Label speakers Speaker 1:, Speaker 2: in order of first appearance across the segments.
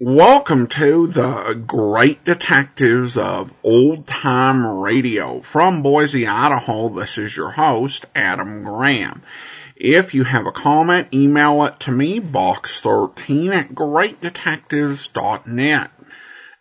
Speaker 1: welcome to the great detectives of old time radio. From Boise, Idaho, this is your host, Adam Graham. If you have a comment, email it to me, box13 at greatdetectives.net.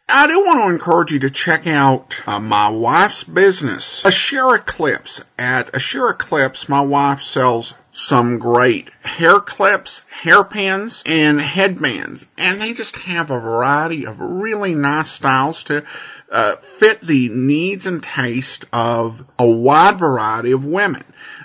Speaker 1: I do want to encourage you to check out uh, my wife's business, Ashura Clips. At Ashura Clips, my wife sells some great hair clips, hairpins, and headbands. And they just have a variety of really nice styles to uh, fit the needs and taste of a wide variety of women.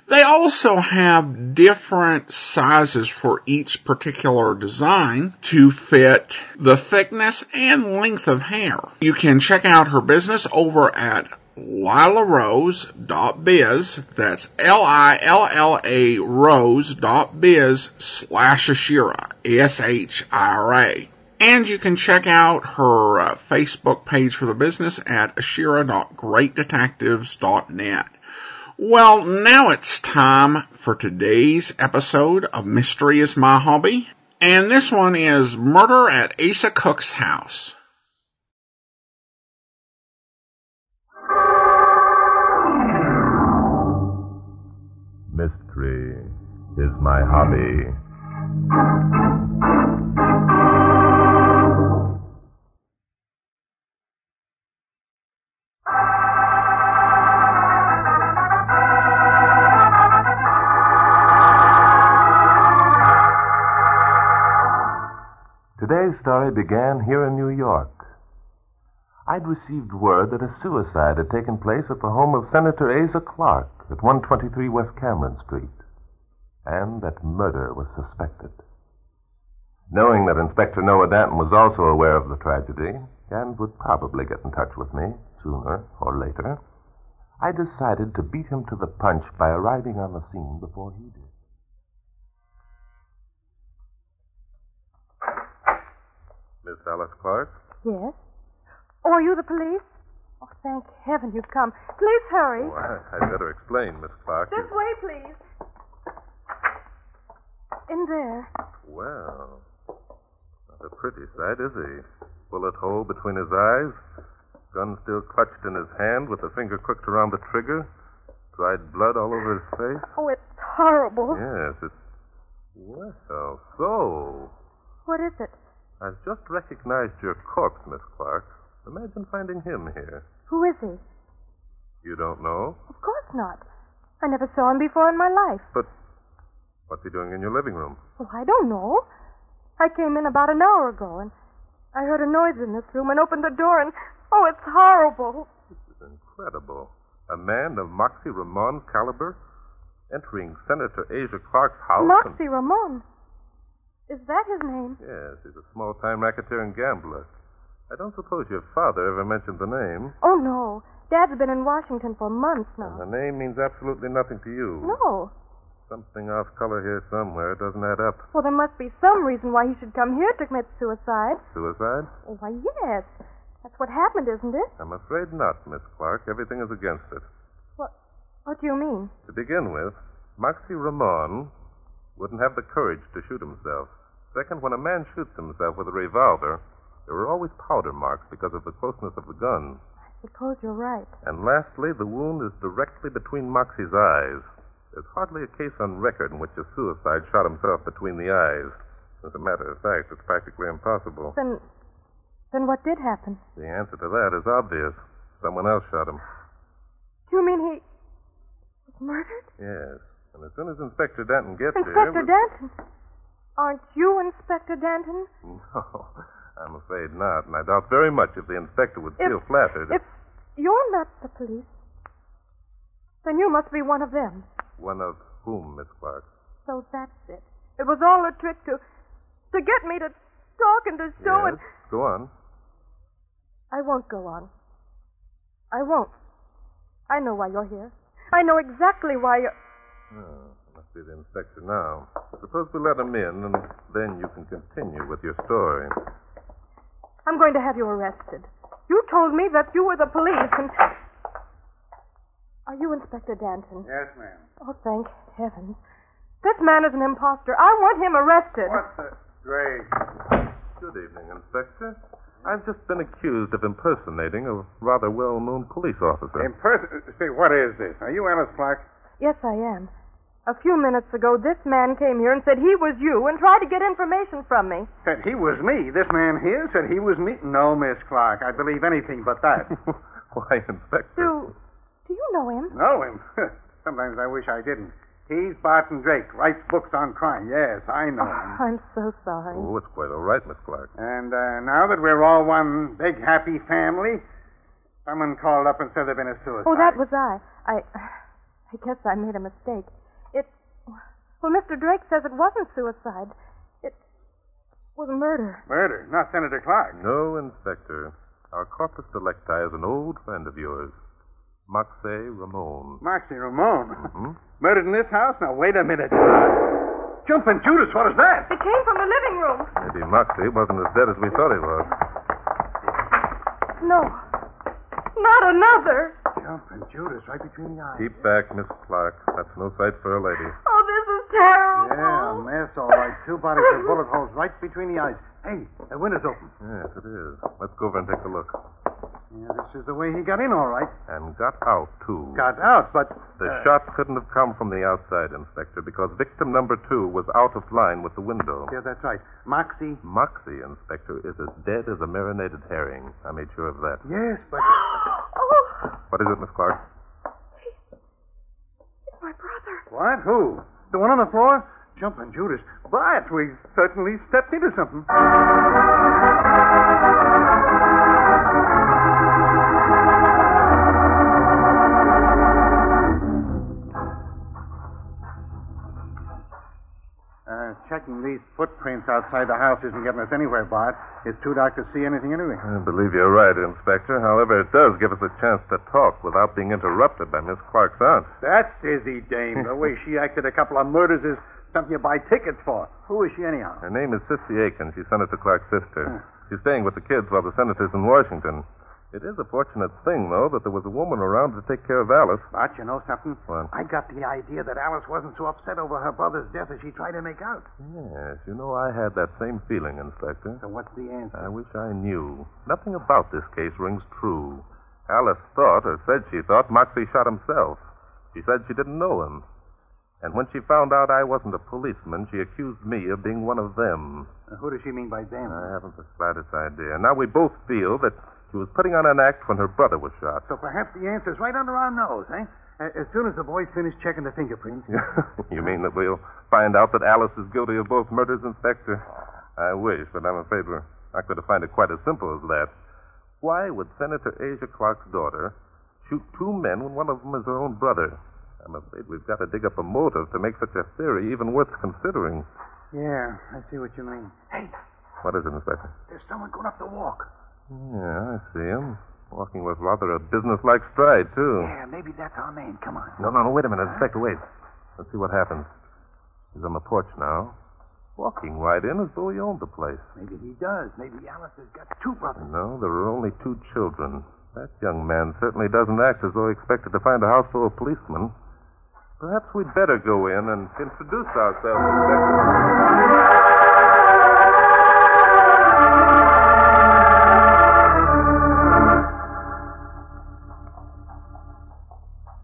Speaker 1: They also have different sizes for each particular design to fit the thickness and length of hair. You can check out her business over at lilarose.biz. That's L-I-L-L-A rose dot biz slash Ashira. S-H-I-R-A. And you can check out her uh, Facebook page for the business at ashira.greatdetectives.net. Well, now it's time for today's episode of Mystery is My Hobby. And this one is Murder at Asa Cook's House.
Speaker 2: Mystery is my hobby. Today's story began here in New York. I'd received word that a suicide had taken place at the home of Senator Asa Clark at 123 West Cameron Street, and that murder was suspected. Knowing that Inspector Noah Danton was also aware of the tragedy and would probably get in touch with me sooner or later, I decided to beat him to the punch by arriving on the scene before he did. Miss Alice Clark?
Speaker 3: Yes? Oh, are you the police? Oh, thank heaven you've come. Please hurry.
Speaker 2: I'd better explain, Miss Clark.
Speaker 3: This way, please. In there.
Speaker 2: Well, not a pretty sight, is he? Bullet hole between his eyes, gun still clutched in his hand with the finger crooked around the trigger, dried blood all over his face.
Speaker 3: Oh, it's horrible.
Speaker 2: Yes, it's. Well, so.
Speaker 3: What is it?
Speaker 2: I've just recognized your corpse, Miss Clark. Imagine finding him here.
Speaker 3: Who is he?
Speaker 2: You don't know?
Speaker 3: Of course not. I never saw him before in my life.
Speaker 2: But what's he doing in your living room?
Speaker 3: Oh, I don't know. I came in about an hour ago, and I heard a noise in this room and opened the door, and oh, it's horrible.
Speaker 2: This is incredible. A man of Moxie Ramon's caliber entering Senator Asia Clark's house. and-
Speaker 3: Moxie Ramon. Is that his name?
Speaker 2: Yes, he's a small time racketeer and gambler. I don't suppose your father ever mentioned the name.
Speaker 3: Oh, no. Dad's been in Washington for months
Speaker 2: And
Speaker 3: now.
Speaker 2: the name means absolutely nothing to you.
Speaker 3: No.
Speaker 2: Something off color here somewhere. It doesn't add up.
Speaker 3: Well, there must be some reason why he should come here to commit suicide.
Speaker 2: Suicide?
Speaker 3: Oh, why, yes. That's what happened, isn't it?
Speaker 2: I'm afraid not, Miss Clark. Everything is against it.
Speaker 3: What, what do you mean?
Speaker 2: To begin with, Moxie Ramon wouldn't have the courage to shoot himself. Second, when a man shoots himself with a revolver, there are always powder marks because of the closeness of the gun.
Speaker 3: Suppose you're right.
Speaker 2: And lastly, the wound is directly between Moxie's eyes. There's hardly a case on record in which a suicide shot himself between the eyes. As a matter of fact, it's practically impossible.
Speaker 3: Then, then what did happen?
Speaker 2: The answer to that is obvious. Someone else shot him.
Speaker 3: Do you mean he was murdered?
Speaker 2: Yes. And as soon as Inspector Danton gets here.
Speaker 3: Inspector Danton. Aren't you Inspector Danton?
Speaker 2: No, I'm afraid not. And I doubt very much if the inspector would feel flattered.
Speaker 3: If you're not the police, then you must be one of them.
Speaker 2: One of whom, Miss Clark?
Speaker 3: So that's it. It was all a trick to to get me to talk and to show
Speaker 2: yes?
Speaker 3: and
Speaker 2: Go on.
Speaker 3: I won't go on. I won't. I know why you're here. I know exactly why you're
Speaker 2: Oh, must be the inspector now. Suppose we let him in, and then you can continue with your story.
Speaker 3: I'm going to have you arrested. You told me that you were the police and. Are you Inspector Danton?
Speaker 4: Yes, ma'am.
Speaker 3: Oh, thank heavens. This man is an imposter. I want him arrested.
Speaker 4: What's the... Gray.
Speaker 2: Good evening, Inspector. I've just been accused of impersonating a rather well known police officer.
Speaker 4: Imperson. Say, what is this? Are you Alice Clark?
Speaker 3: Yes, I am. A few minutes ago, this man came here and said he was you and tried to get information from me.
Speaker 4: Said he was me. This man here said he was me. No, Miss Clark. I believe anything but that.
Speaker 2: Why, Inspector.
Speaker 3: Do, do you know him?
Speaker 4: know him. Sometimes I wish I didn't. He's Barton Drake. Writes books on crime. Yes, I know him.
Speaker 3: I'm so sorry.
Speaker 2: Oh, it's quite all right, Miss Clark.
Speaker 4: And uh, now that we're all one big happy family, someone called up and said there'd been a suicide.
Speaker 3: Oh, that was I. I, I guess I made a mistake. It, well, Mr. Drake says it wasn't suicide. It was murder.
Speaker 4: murder, not Senator Clark.
Speaker 2: No, Inspector. Our corpus delecti is an old friend of yours, Maxe Ramon.
Speaker 4: Moxie Ramon.
Speaker 2: Hmm?
Speaker 4: Murdered in this house? Now, wait a minute. Jumping Judas, what is that?
Speaker 3: It came from the living room.
Speaker 2: Maybe Moxie wasn't as dead as we thought he was.
Speaker 3: No, not another.
Speaker 4: Jumping Judas, right between the eyes.
Speaker 2: Keep back, Miss Clark. That's no sight for a lady.
Speaker 3: Oh, this is terrible.
Speaker 4: Yeah, mess, all right. Two bodies with bullet holes right between the eyes. Hey, the window's open.
Speaker 2: Yes, it is. Let's go over and take a look.
Speaker 4: Yeah, this is the way he got in, all right.
Speaker 2: And got out, too.
Speaker 4: Got out, but.
Speaker 2: The
Speaker 4: uh,
Speaker 2: shots couldn't have come from the outside, Inspector, because victim number two was out of line with the window.
Speaker 4: Yeah, that's right. Moxie.
Speaker 2: Moxie, Inspector, is as dead as a marinated herring. I made sure of that.
Speaker 4: Yes, but.
Speaker 3: Oh,
Speaker 2: What is it, Miss Clark?
Speaker 3: it's my brother.
Speaker 4: What? Who? The one on the floor? Jumping Judas. But we certainly stepped into something. Uh, Uh, Checking these footprints outside the house isn't getting us anywhere, Bart. It's too dark to see anything anyway.
Speaker 2: I believe you're right, Inspector. However, it does give us a chance to talk without being interrupted by Miss Clark's aunt.
Speaker 4: That's Izzy Dame. The way she acted a couple of murders is something you buy tickets for. Who is she, anyhow?
Speaker 2: Her name is Sissy Aiken. She's Senator Clark's sister. She's staying with the kids while the senator's in Washington. It is a fortunate thing, though, that there was a woman around to take care of Alice.
Speaker 4: Bart, you know something?
Speaker 2: What?
Speaker 4: I got the idea that Alice wasn't so upset over her brother's death as she tried to make out.
Speaker 2: Yes, you know, I had that same feeling, Inspector.
Speaker 4: So what's the answer?
Speaker 2: I wish I knew. Nothing about this case rings true. Alice thought, or said she thought, Moxie shot himself. She said she didn't know him. And when she found out I wasn't a policeman, she accused me of being one of them.
Speaker 4: Who does she mean by them?
Speaker 2: I haven't the slightest idea. Now we both feel that she was putting on an act when her brother was shot.
Speaker 4: so perhaps the answer's right under our nose, eh? A- As soon as the boys finish checking the fingerprints.
Speaker 2: you mean that we'll find out that Alice is guilty of both murders, Inspector? I wish, but I'm afraid we're not going to find it quite as simple as that. Why would Senator Asia Clark's daughter shoot two men when one of them is her own brother? I'm afraid we've got to dig up a motive to make such a theory even worth considering.
Speaker 4: Yeah, I see what you mean. Hey,
Speaker 2: What is it, Inspector?
Speaker 4: there's someone going up the walk.
Speaker 2: Yeah, I see him. Walking with rather a businesslike stride, too.
Speaker 4: Yeah, maybe that's our man. Come on.
Speaker 2: No, no, no, wait a minute, Inspector, wait. Let's see what happens. He's on the porch now. Walking right in as though he owned the place.
Speaker 4: Maybe he does. Maybe Alice has got two brothers.
Speaker 2: No, there are only two children. That young man certainly doesn't act as though he expected to find a house full of policemen. Perhaps we'd better go in and introduce ourselves, Inspector.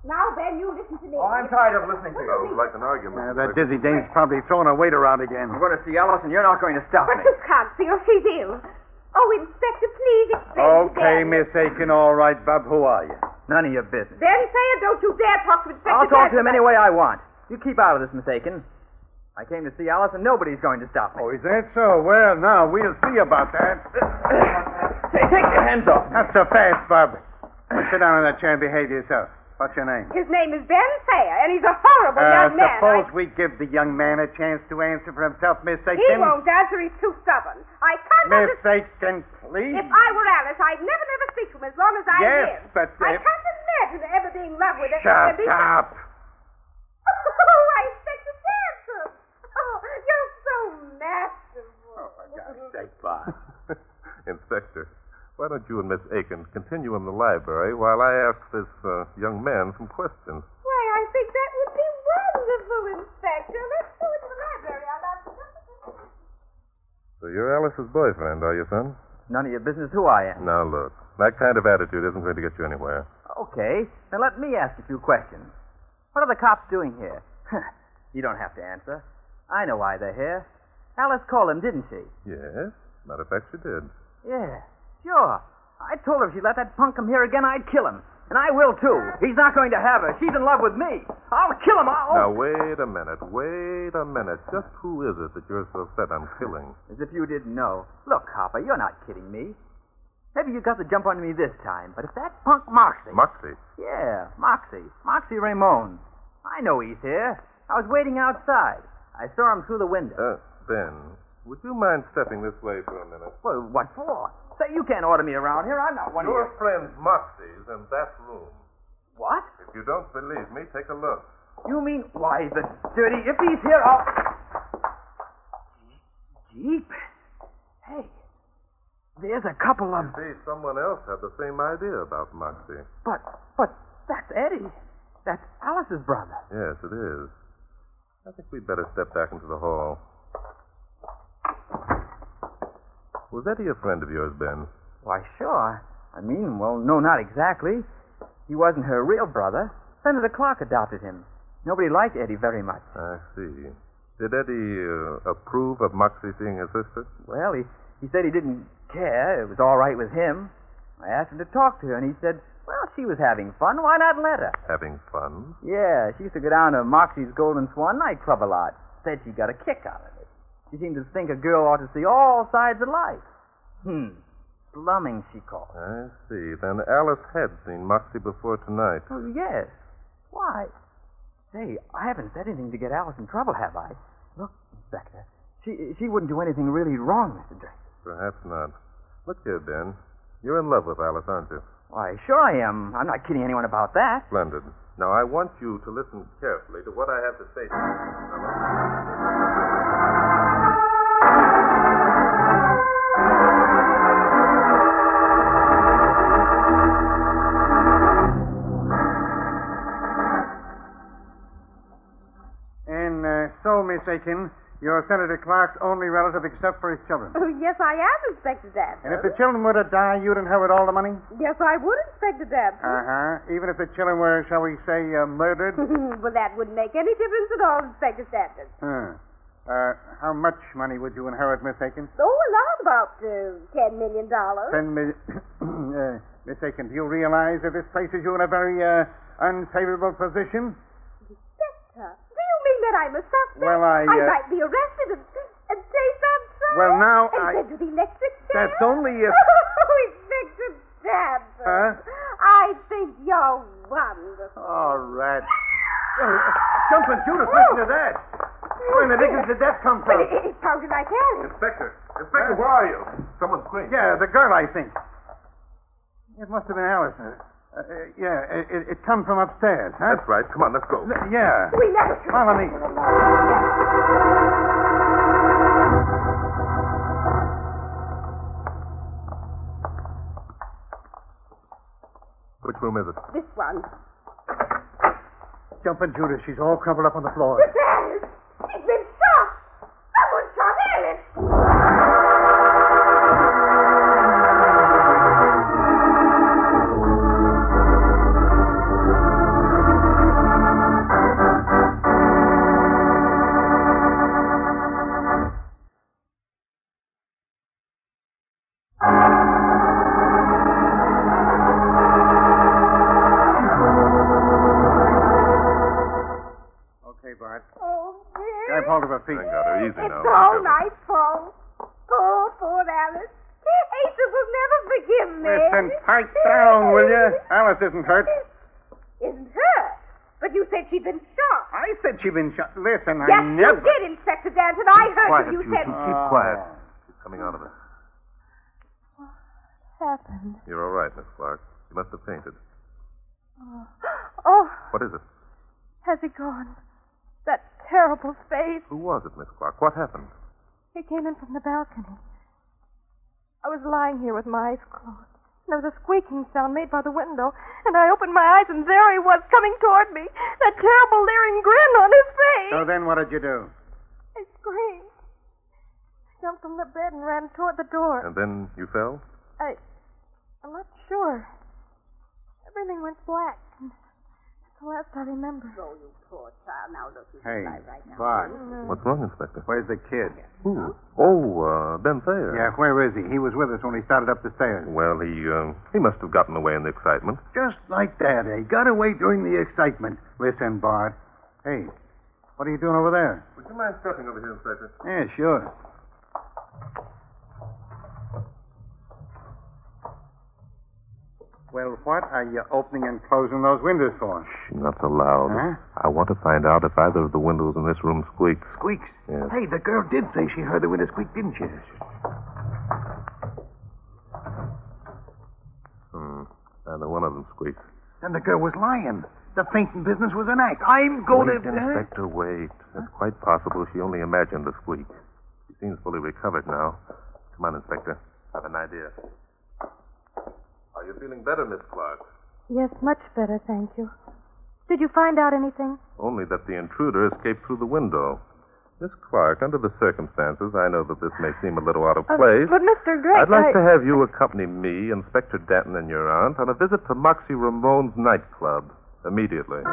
Speaker 5: Now then, you listen to me.
Speaker 6: Oh,
Speaker 4: Oh, tired of listening to
Speaker 2: I would like an argument.
Speaker 4: Yeah, that dizzy dame's probably throwing her weight around again.
Speaker 6: I'm going to see Alice, and you're not going to stop
Speaker 5: But
Speaker 6: me.
Speaker 5: you can't see her. She's ill. Oh, Inspector, please explain.
Speaker 4: Okay,
Speaker 5: to them.
Speaker 4: Miss Aiken, all right, Bub, who are you?
Speaker 6: None of your business.
Speaker 5: Then say it. Don't you dare talk to Inspector.
Speaker 6: I'll talk to him
Speaker 5: Dagwood.
Speaker 6: any way I want. You keep out of this, Miss Aiken. I came to see Alice, and nobody's going to stop me.
Speaker 4: Oh, is that so? Well, now, we'll see about that.
Speaker 6: Say, take your hands off. me.
Speaker 4: Not so fast, Bub. Sit down on that chair and behave yourself. What's your name?
Speaker 5: His name is Ben Thayer, and he's a horrible
Speaker 4: Uh,
Speaker 5: young man.
Speaker 4: suppose we give the young man a chance to answer for himself, Miss
Speaker 5: I- he
Speaker 4: Aiken.
Speaker 5: won't answer. He's too stubborn. I can't
Speaker 4: Miss
Speaker 5: understand.
Speaker 4: Aiken, please.
Speaker 5: If I were Alice, I'd never, never speak to him as long as I
Speaker 4: Yes,
Speaker 5: live.
Speaker 4: but, uh,
Speaker 5: I can't imagine ever being in love with him.
Speaker 4: Shut
Speaker 5: and be-
Speaker 4: up.
Speaker 5: Oh, I expect to dance him. Oh, you're so masterful.
Speaker 4: Oh, for God's sake, Bob.
Speaker 2: Inspector, why don't you and Miss Aiken continue in the library while I ask this uh, young man some questions?
Speaker 5: Why, I think that would be wonderful, Inspector. Let's go into the library. I'll ask
Speaker 2: So you're Alice's boyfriend, are you, son?
Speaker 6: none of your business who I am.
Speaker 2: Now, look, that kind of attitude isn't going to get you anywhere.
Speaker 6: Okay, now let me ask a few questions. What are the cops doing here? you don't have to answer. I know why they're here. Alice called them, didn't she?
Speaker 2: Yes? Matter of fact, you did.
Speaker 6: Yeah, sure. I told her if she let that punk come here again, I'd kill him. And I will, too. He's not going to have her. She's in love with me. I'll kill him. I'll...
Speaker 2: Now, wait a minute. Wait a minute. Just who is it that you're so set on killing?
Speaker 6: As if you didn't know. Look, Hopper, you're not kidding me. Maybe you got the jump on me this time, but if that punk Moxie.
Speaker 2: Moxie.
Speaker 6: yeah, Moxie. Moxie Ramon. I know he's here. I was waiting outside. I saw him through the
Speaker 2: Uh,
Speaker 6: window.
Speaker 2: ben, would you mind stepping this way for a minute?
Speaker 6: well, what for? Say, you can't order me around here. I'm not one of
Speaker 2: Your
Speaker 6: your...
Speaker 2: friend Moxie's in that room.
Speaker 6: What?
Speaker 2: If you don't believe me, take a look.
Speaker 6: You mean, why, the dirty... If he's here, I'll... Jeepers. Hey, there's a couple of...
Speaker 2: You see, someone else had the same idea about Moxie.
Speaker 6: But, but, that's Eddie. That's Alice's brother.
Speaker 2: Yes, it is. I think we'd better step back into the hall. Was Eddie a friend of yours, Ben?
Speaker 6: Why, sure. I mean, well, no, not exactly. He wasn't her real brother. Senator Clark adopted him. Nobody liked Eddie very much.
Speaker 2: I see. Did Eddie uh, approve of Moxie seeing his sister?
Speaker 6: Well, he, he said he didn't care. It was all right with him. I asked him to talk to her, and he said, well, she was having fun. Why not let her?
Speaker 2: Having fun?
Speaker 6: Yeah, she used to go down to Moxie's Golden Swan nightclub a lot. Said she got a kick out of it. She seemed to think a girl ought to see all sides of life. Hmm. Slumming, she called it.
Speaker 2: I see. Then Alice had seen Moxie before tonight.
Speaker 6: Oh, yes. Why? Say, I haven't said anything to get Alice in trouble, have I? Look, Inspector, she, she wouldn't do anything really wrong, Mr. Drake.
Speaker 2: Perhaps not. Look here, Ben. You're in love with Alice, aren't you?
Speaker 6: Why, sure I am. I'm not kidding anyone about that.
Speaker 2: Splendid. Now, I want you to listen carefully to what I have to say to you. fellow.
Speaker 4: And uh, so, Miss Aiken, you're Senator Clark's only relative except for his children.
Speaker 5: Oh, yes, I am, Inspector Dad.
Speaker 4: And if the children were to die, you'd inherit all the money?
Speaker 5: Yes, I would, Inspector Dad.
Speaker 4: Uh
Speaker 6: Uh-huh.
Speaker 4: huh. Even if the children were, shall we say, uh, murdered?
Speaker 5: well, that wouldn't make any difference at all, Inspector Stanton.
Speaker 4: huh. Uh, how much money would you inherit, Miss Aiken?
Speaker 5: Oh, a lot about uh, ten million dollars.
Speaker 4: Ten million. uh, Miss Aiken, do you realize that this places you in a very uh, unfavorable position?
Speaker 5: Inspector, do you mean that I'm a suspect?
Speaker 4: Well, I, uh,
Speaker 5: might be arrested and, and taste on trial.
Speaker 4: Well, now,
Speaker 5: and
Speaker 4: I-
Speaker 5: sent to the electric chair.
Speaker 4: That's only if-
Speaker 5: Oh, Inspector Stanton.
Speaker 4: Huh?
Speaker 5: I think you're wonderful.
Speaker 4: All right. Uh, Jumping Judas, listen to that. Where in the dickens did that come
Speaker 5: Well,
Speaker 4: from?
Speaker 5: it, it's out of my carriage.
Speaker 2: Inspector! Inspector, where are you? Someone screamed.
Speaker 4: Yeah, the girl, I think. It must have been Allison. Uh, uh, yeah, it- it, it come from upstairs, huh?
Speaker 2: That's right. Come on, let's go.
Speaker 4: L- yeah.
Speaker 5: We never should.
Speaker 4: Follow me.
Speaker 2: Which room is it?
Speaker 5: This one.
Speaker 4: Jumping Judas, she's all crumpled up on the floor.
Speaker 5: It's Alice. She's been shot. Someone shot Alice.
Speaker 4: Okay, Bart.
Speaker 5: Oh, dear.
Speaker 4: Grab hold of her feet.
Speaker 2: I got her. Easy
Speaker 5: It's
Speaker 2: now.
Speaker 5: all my fault. Poor, poor Alice. Asa will never forgive me.
Speaker 4: Listen, pipe down, will you? Alice isn't hurt.
Speaker 5: Isn't her. But you said she'd been shot.
Speaker 4: I said she'd been shot. Listen, I
Speaker 5: yes,
Speaker 4: never.
Speaker 5: you did, Inspector Danton. I heard
Speaker 2: Quiet,
Speaker 5: you.
Speaker 2: you
Speaker 5: You said...
Speaker 2: two. Keep quiet. She's coming out of it.
Speaker 3: happened?
Speaker 2: You're all right, Miss Clark. You must have fainted.
Speaker 3: Oh,
Speaker 2: What is it?
Speaker 3: has he gone? That terrible face.
Speaker 2: Who was it, Miss Clark? What happened?
Speaker 3: He came in from the balcony. I was lying here with my eyes closed. There was a squeaking sound made by the window, and I opened my eyes, and there he was coming toward me. That terrible leering grin on his face.
Speaker 4: So then, what did you do?
Speaker 3: I screamed. jumped from the bed and ran toward the door.
Speaker 2: And then you fell?
Speaker 3: I. I'm not sure. Everything went black. And that's the last I remember.
Speaker 5: Oh, you poor child. Now look, you
Speaker 4: Hey,
Speaker 5: can die right now.
Speaker 4: Bart,
Speaker 2: What's wrong, Inspector?
Speaker 4: where's the kid?
Speaker 2: Who? Oh, uh, Ben Thayer.
Speaker 4: Yeah, where is he? He was with us when he started up the stairs.
Speaker 2: Well, he uh, he must have gotten away in the excitement.
Speaker 4: Just like that, eh? Got away during the excitement. Listen, Bart. Hey, what are you doing over there?
Speaker 2: Would you mind stepping over here, Inspector?
Speaker 4: Yeah, sure. Well, what are you opening and closing those windows for?
Speaker 2: Not so loud.
Speaker 4: Huh?
Speaker 2: I want to find out if either of the windows in this room squeaks.
Speaker 4: Squeaks.
Speaker 2: Yes.
Speaker 4: Hey, the girl did say she heard the window squeak, didn't she?
Speaker 2: Hmm. Neither one of them squeaks.
Speaker 4: And the girl was lying. The fainting business was an act. I'm going
Speaker 2: wait,
Speaker 4: to.
Speaker 2: Inspector, wait. It's quite possible she only imagined the squeak. She seems fully recovered now. Come on, Inspector. I've an idea. Are you feeling better, Miss Clark?
Speaker 3: Yes, much better, thank you. Did you find out anything?
Speaker 2: Only that the intruder escaped through the window. Miss Clark, under the circumstances, I know that this may seem a little out of
Speaker 3: Uh,
Speaker 2: place.
Speaker 3: But, Mr. Drake,
Speaker 2: I'd like
Speaker 3: I-
Speaker 2: to have you accompany me, Inspector Danton, and your aunt on a visit to Moxie Ramone's nightclub immediately.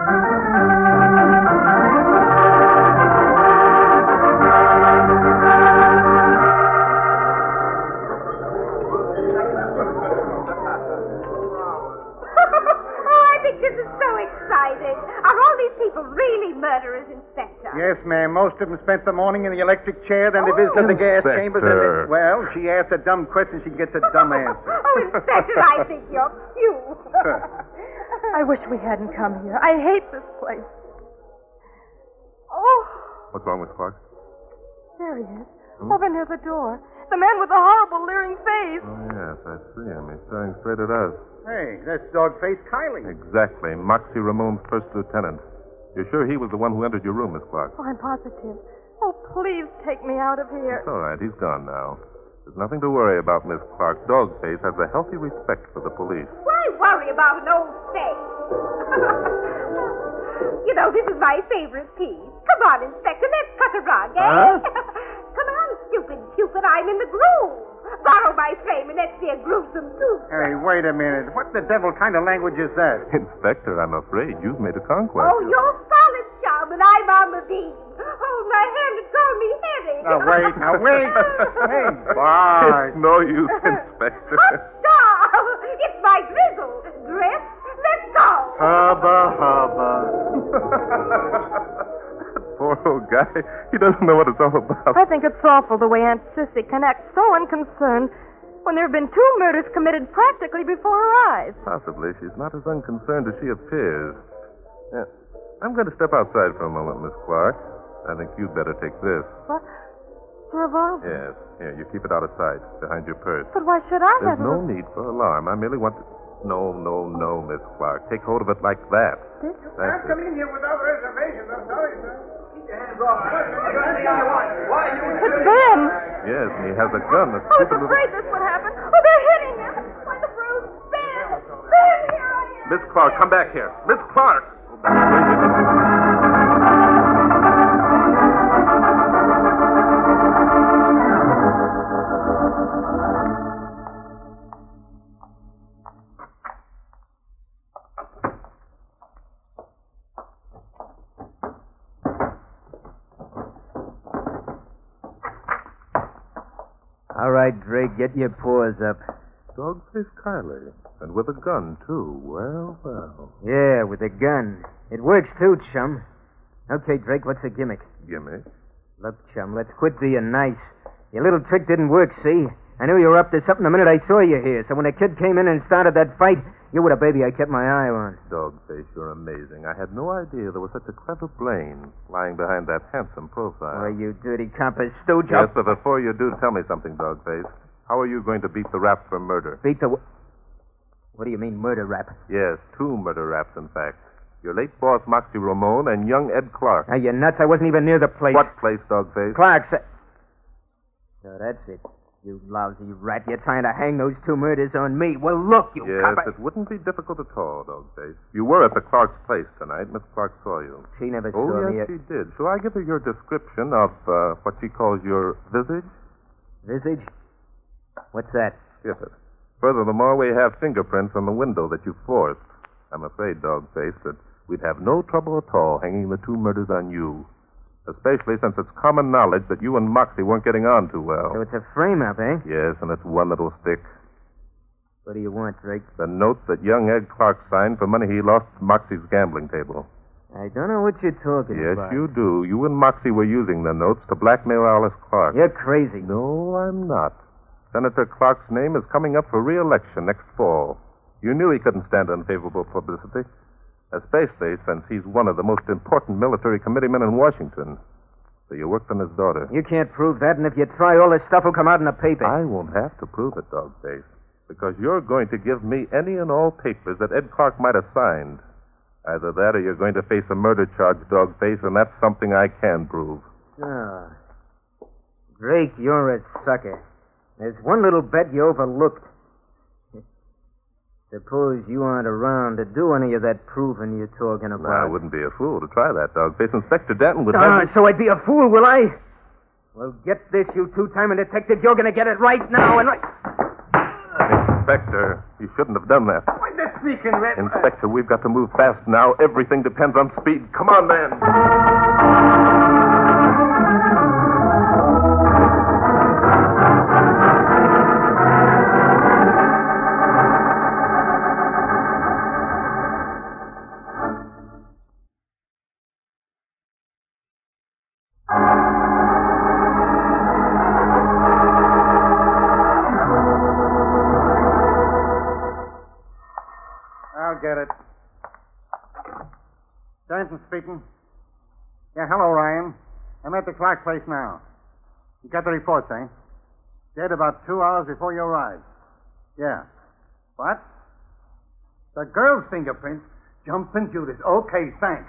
Speaker 5: oh, I think this is so exciting. Are all these people really murderers, Inspector?
Speaker 4: Yes, ma'am. Most of them spent the morning in the electric chair, then they
Speaker 5: Oh.
Speaker 4: visited the gas chambers. And
Speaker 2: Inspector.
Speaker 4: they, well, she asked a dumb question, she gets a dumb answer.
Speaker 5: oh, Inspector, I think you're cute.
Speaker 3: I wish we hadn't come here. I hate this place. Oh,
Speaker 2: What's wrong, Miss Clark?
Speaker 3: there he is.
Speaker 2: Hmm?
Speaker 3: Over near the door. The man with the horrible, leering face.
Speaker 2: Oh, yes, I see him. He's staring straight at us.
Speaker 4: Hey, that's dog-faced Kylie.
Speaker 2: Exactly. Moxie Ramone's first lieutenant. You're sure he was the one who entered your room, Miss Clark?
Speaker 3: Oh, I'm positive. Oh, please take me out of here.
Speaker 2: It's all right. He's gone now. There's nothing to worry about, Miss Clark. Dogface has a healthy respect for the police.
Speaker 5: Why worry about an old face? you know, this is my favorite piece. Come on, Inspector, let's cut a rug, eh?
Speaker 4: Huh?
Speaker 5: Come on, stupid Cupid, I'm in the groove. Borrow my frame and let's see a gruesome too.
Speaker 4: Hey, wait a minute. What the devil kind of language is that?
Speaker 2: Inspector, I'm afraid you've made a conquest.
Speaker 5: Oh, you're solid, chum, and I'm on the beat. Hold my hand and call me Hetty.
Speaker 4: Now, wait, now, wait. hey, Bart.
Speaker 2: It's no use, Inspector.
Speaker 5: Hot dog! It's my grizzle. Dress, let's go.
Speaker 4: Hubba, hubba.
Speaker 2: Poor old guy. He doesn't know what it's all about.
Speaker 3: I think it's awful the way Aunt Sissy can act so unconcerned when there have been two murders committed practically before her eyes.
Speaker 2: Possibly she's not as unconcerned as she appears. Yeah. I'm going to step outside for a moment, Miss Clark. I think you'd better take this.
Speaker 3: What? A revolver?
Speaker 2: Yes. Here, you keep it out of sight, behind your purse.
Speaker 3: But why should I
Speaker 2: There's
Speaker 3: have
Speaker 2: no
Speaker 3: a
Speaker 2: need for alarm. I merely want to. No, no, no, Miss Clark. Take hold of it like that. That's it.
Speaker 4: in here without reservations. I'm sorry, sir.
Speaker 3: It's Ben.
Speaker 2: Yes, and he has a gun. That's
Speaker 3: I was afraid this would happen. Oh, they're hitting him. Why the bruise? Ben! Ben, here I am.
Speaker 2: Miss Clark, come back here. Miss Clark!
Speaker 6: All right, Drake, get your paws up.
Speaker 2: Dog faced Kylie. And with a gun, too. Well, well.
Speaker 6: Yeah, with a gun. It works too, chum. Okay, Drake, what's the gimmick?
Speaker 2: Gimme.
Speaker 6: Look, chum, let's quit being nice. Your little trick didn't work, see? I knew you were up to something the minute I saw you here, so when the kid came in and started that fight, you were the baby I kept my eye on.
Speaker 2: Dog face, you're amazing. I had no idea there was such a clever brain lying behind that handsome
Speaker 6: Oh,
Speaker 2: profile.
Speaker 6: you dirty copper stooge.
Speaker 2: Yes, but before you do, tell me something, Dogface. How are you going to beat the rap for murder?
Speaker 6: Beat the. w- What do you mean, murder rap?
Speaker 2: Yes, two murder raps, in fact. Your late boss, Moxie Ramone, and young Ed Clark.
Speaker 6: Are you nuts? I wasn't even near the place.
Speaker 2: What place, Dogface?
Speaker 6: Clark said. So that's it. You lousy rat. You're trying to hang those two murders on me. Well, look, you
Speaker 2: Yes,
Speaker 6: copper.
Speaker 2: it wouldn't be difficult at all, Dogface. You were at the Clark's place tonight. Miss Clark saw you.
Speaker 6: She never
Speaker 2: Oh,
Speaker 6: saw me.
Speaker 2: yes, she did. Shall I give her your description of uh, what she calls your visage?
Speaker 6: Visage? What's that?
Speaker 2: Yes, sir. Furthermore, we have fingerprints on the window that you forced. I'm afraid, Dogface, that we'd have no trouble at all hanging the two murders on you. Especially since it's common knowledge that you and Moxie weren't getting on too well.
Speaker 6: So it's a frame up, eh?
Speaker 2: Yes, and it's one that'll stick.
Speaker 6: What do you want, Drake?
Speaker 2: The notes that young Ed Clark signed for money he lost from Moxie's gambling table.
Speaker 6: I don't know what you're talking
Speaker 2: Yes,
Speaker 6: about.
Speaker 2: you do. You and Moxie were using the notes to blackmail Alice Clark.
Speaker 6: You're crazy.
Speaker 2: No, I'm not. Senator Clark's name is coming up for re-election next fall. You knew he couldn't stand unfavorable publicity, especially since he's one of the most important military committeemen in Washington. So you worked on his daughter.
Speaker 6: You can't prove that, and if you try, all this stuff will come out in the paper.
Speaker 2: I won't have to prove it, Dogface, because you're going to give me any and all papers that Ed Clark might have signed. Either that or you're going to face a murder charge, Dogface, and that's something I can prove.
Speaker 6: Ah. Drake, you're a sucker. There's one little bet you overlooked. Suppose you aren't around to do any of that proving you're talking
Speaker 2: Now, I
Speaker 6: about.
Speaker 2: wouldn't be a fool to try that, Dogface. Inspector Denton would
Speaker 6: Ah,
Speaker 2: have...
Speaker 6: so I'd be a fool, will I? Well, get this, you two-timing detective. You're going to get it right now, and...
Speaker 2: Inspector, you shouldn't have done that.
Speaker 4: Why, that sneaking rat.
Speaker 2: Inspector, we've got to move fast now. Everything depends on speed. Come on, man.
Speaker 4: I'll get it. Johnson speaking. Yeah, hello, Ryan. I'm at the clock place now. You got the reports, eh? Dead about two hours before you arrived. Yeah. What? The girl's fingerprints jumped in Judas. Okay, thanks.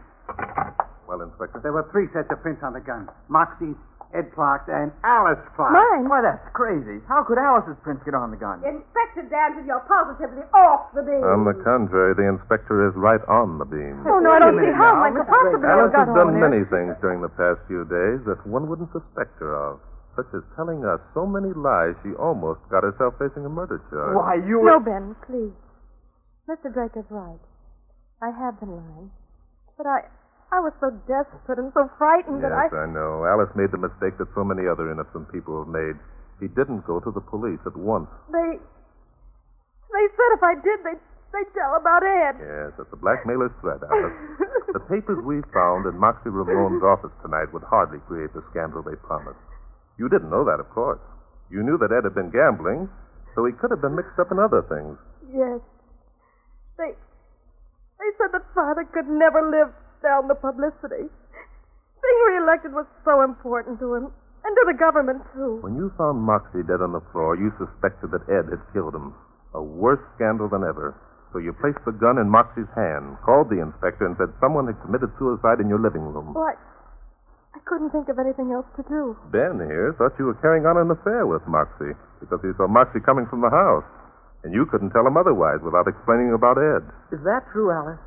Speaker 2: Well, Inspector,
Speaker 4: There were three sets of prints on the gun. Moxie's, Ed Clark's, and Alice Clark's.
Speaker 3: Mine?
Speaker 6: Why, that's crazy. How could Alice's prints get on the gun?
Speaker 5: Inspector Danton, you're positively off the beam.
Speaker 2: on the contrary, the inspector is right on the beam.
Speaker 3: Oh, no, I don't see how I
Speaker 6: Mr.
Speaker 3: could possibly
Speaker 2: Alice has
Speaker 3: have got on
Speaker 2: done
Speaker 3: there.
Speaker 2: many things during the past few days that one wouldn't suspect her of, such as telling us so many lies she almost got herself facing a murder charge.
Speaker 6: Why, you...
Speaker 3: No, Ben, please. Mr. Drake is right. I have been lying. But I I was so desperate and so frightened
Speaker 2: Yes,
Speaker 3: that
Speaker 2: I
Speaker 3: I...
Speaker 2: know. Alice made the mistake that so many other innocent people have made. She didn't go to the police at once.
Speaker 3: They... They said if I did, they'd, they'd tell about Ed.
Speaker 2: Yes, that's the blackmailer's threat, Alice. The papers we found in Moxie Ramone's office tonight would hardly create the scandal they promised. You didn't know that, of course. You knew that Ed had been gambling, so he could have been mixed up in other things.
Speaker 3: Yes. They they said that father could never live down the publicity. Being reelected was so important to him. And to the government, too.
Speaker 2: When you found Moxie dead on the floor, you suspected that Ed had killed him. A worse scandal than ever. So you placed the gun in Moxie's hand, called the inspector, and said someone had committed suicide in your living room.
Speaker 3: Well, I, I couldn't think of anything else to do.
Speaker 2: Ben here thought you were carrying on an affair with Moxie because he saw Moxie coming from the house. And you couldn't tell him otherwise without explaining about Ed.
Speaker 6: Is that true, Alice?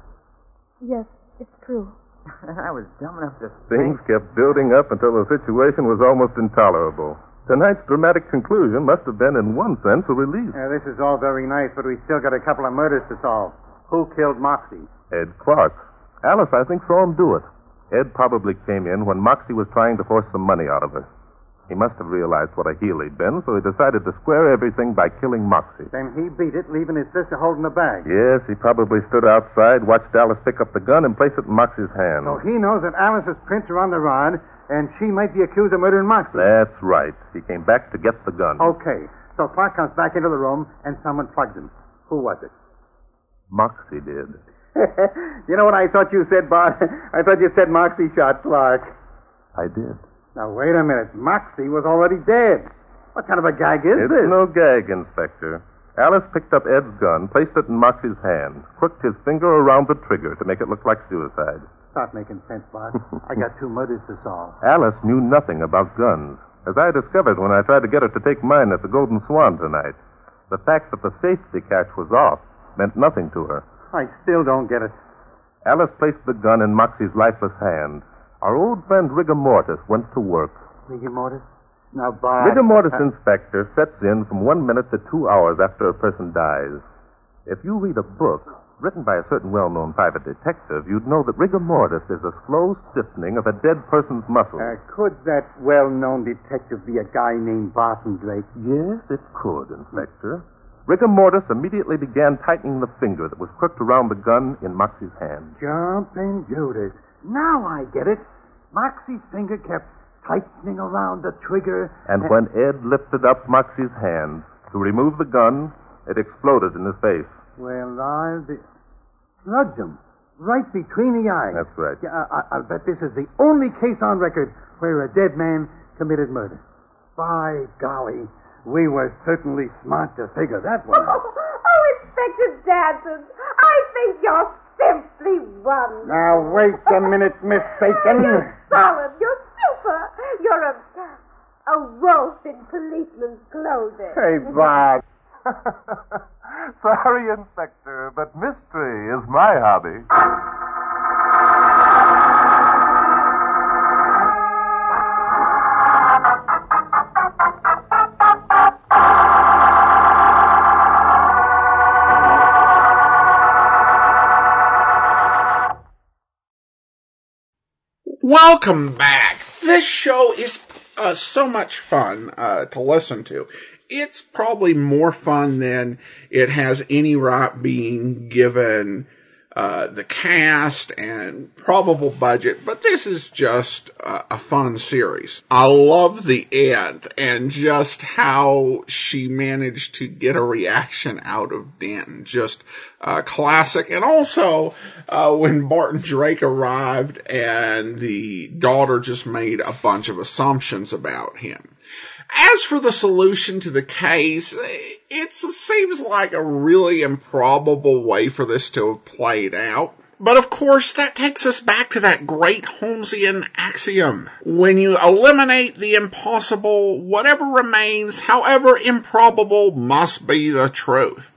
Speaker 3: Yes, it's true.
Speaker 6: I was dumb enough to
Speaker 2: Things kept building up until the situation was almost intolerable. Tonight's dramatic conclusion must have been, in one sense, a relief.
Speaker 4: Yeah, this is all very nice, but we still got a couple of murders to solve. Who killed Moxie?
Speaker 2: Ed Clark. Alice, I think, saw him do it. Ed probably came in when Moxie was trying to force some money out of her. He must have realized what a heel he'd been, so he decided to square everything by killing Moxie.
Speaker 4: Then he beat it, leaving his sister holding the bag.
Speaker 2: Yes, he probably stood outside, watched Alice pick up the gun, and place it in Moxie's hand.
Speaker 4: So he knows that Alice's prints are on the rod, and she might be accused of murdering Moxie.
Speaker 2: That's right. He came back to get the gun.
Speaker 4: Okay, so Clark comes back into the room, and someone plugs him. Who was it?
Speaker 2: Moxie did.
Speaker 4: you know what I thought you said, Bob? I thought you said Moxie shot Clark.
Speaker 2: I did.
Speaker 4: Now, wait a minute. Moxie was already dead. What kind of a gag is
Speaker 2: It's
Speaker 4: this?
Speaker 2: no gag, Inspector. Alice picked up Ed's gun, placed it in Moxie's hand, crooked his finger around the trigger to make it look like suicide.
Speaker 4: Stop making sense, Bob. I got two murders to solve.
Speaker 2: Alice knew nothing about guns, as I discovered when I tried to get her to take mine at the Golden Swan tonight. The fact that the safety catch was off meant nothing to her.
Speaker 4: I still don't get it.
Speaker 2: Alice placed the gun in Moxie's lifeless hand. Our old friend Rigor Mortis went to work.
Speaker 4: Rigor mortis? Now, Bob.
Speaker 2: Rigor mortis inspector sets in from one minute to two hours after a person dies. If you read a book written by a certain well known private detective, you'd know that rigor mortis is a slow stiffening of a dead person's muscles.
Speaker 4: Uh, could that well known detective be a guy named Barton Drake?
Speaker 2: Yes, it could, Inspector. Rigor mortis immediately began tightening the finger that was crooked around the gun in Moxie's hand.
Speaker 4: Jumping Judas. Now I get it. Moxie's finger kept tightening around the trigger.
Speaker 2: And when Ed lifted up Moxie's hand to remove the gun, it exploded in his face.
Speaker 4: Well, I'll be. Slugged him. Right between the eyes.
Speaker 2: That's right.
Speaker 4: Yeah, I, I- I'll bet this is the only case on record where a dead man committed murder. By golly, we were certainly smart to figure that one out.
Speaker 5: oh, Inspector Danton, I think you're simply wonderful.
Speaker 4: Now, wait a minute, Miss Bacon.
Speaker 5: You're solid. You're super. You're a, a wolf in policeman's clothing.
Speaker 4: Hey, Bob.
Speaker 2: Sorry, Inspector, but mystery is my hobby.
Speaker 1: Welcome back. This show is uh, so much fun uh, to listen to. It's probably more fun than it has any right being given uh, the cast and probable budget, but this is just uh, a fun series. I love the end and just how she managed to get a reaction out of Danton. Just uh, classic. And also, uh, when Barton Drake arrived and the daughter just made a bunch of assumptions about him. As for the solution to the case, it seems like a really improbable way for this to have played out. But of course, that takes us back to that great Holmesian axiom. When you eliminate the impossible, whatever remains, however improbable, must be the truth.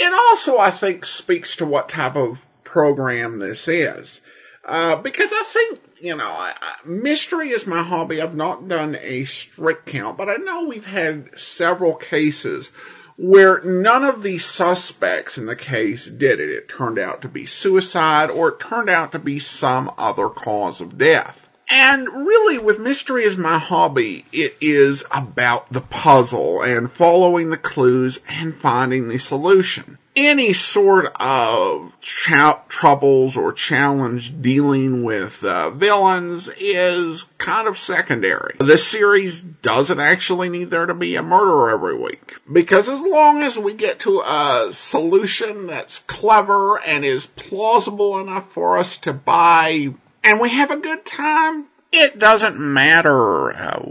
Speaker 1: It also, I think, speaks to what type of program this is. Uh, because I think, you know, I, I, mystery is my hobby. I've not done a strict count, but I know we've had several cases where none of the suspects in the case did it. It turned out to be suicide or it turned out to be some other cause of death. And really, with mystery as my hobby, it is about the puzzle and following the clues and finding the solution. Any sort of chou- troubles or challenge dealing with uh, villains is kind of secondary. The series doesn't actually need there to be a murder every week because as long as we get to a solution that's clever and is plausible enough for us to buy and we have a good time. It doesn't matter uh,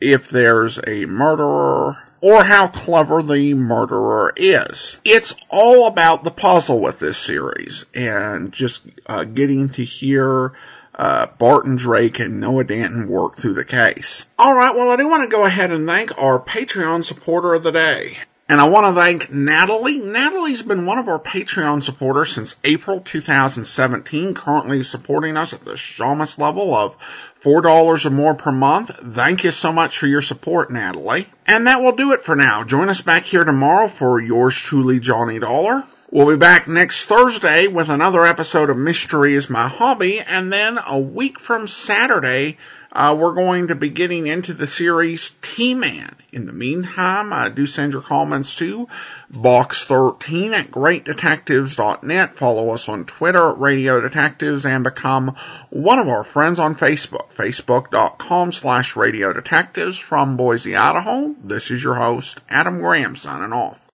Speaker 1: if there's a murderer or how clever the murderer is. It's all about the puzzle with this series and just uh, getting to hear uh, Barton Drake and Noah Danton work through the case. All right, well, I do want to go ahead and thank our Patreon supporter of the day. And I want to thank Natalie. Natalie's been one of our Patreon supporters since April 2017, currently supporting us at the Shamus level of $4 or more per month. Thank you so much for your support, Natalie. And that will do it for now. Join us back here tomorrow for yours truly, Johnny Dollar. We'll be back next Thursday with another episode of Mystery is My Hobby, and then a week from Saturday, uh, we're going to be getting into the series T-Man. In the meantime, uh, do send your comments to box13 at greatdetectives.net. Follow us on Twitter at Radio Detectives and become one of our friends on Facebook, facebook.com slash Radio Detectives from Boise, Idaho. This is your host, Adam Graham, signing off.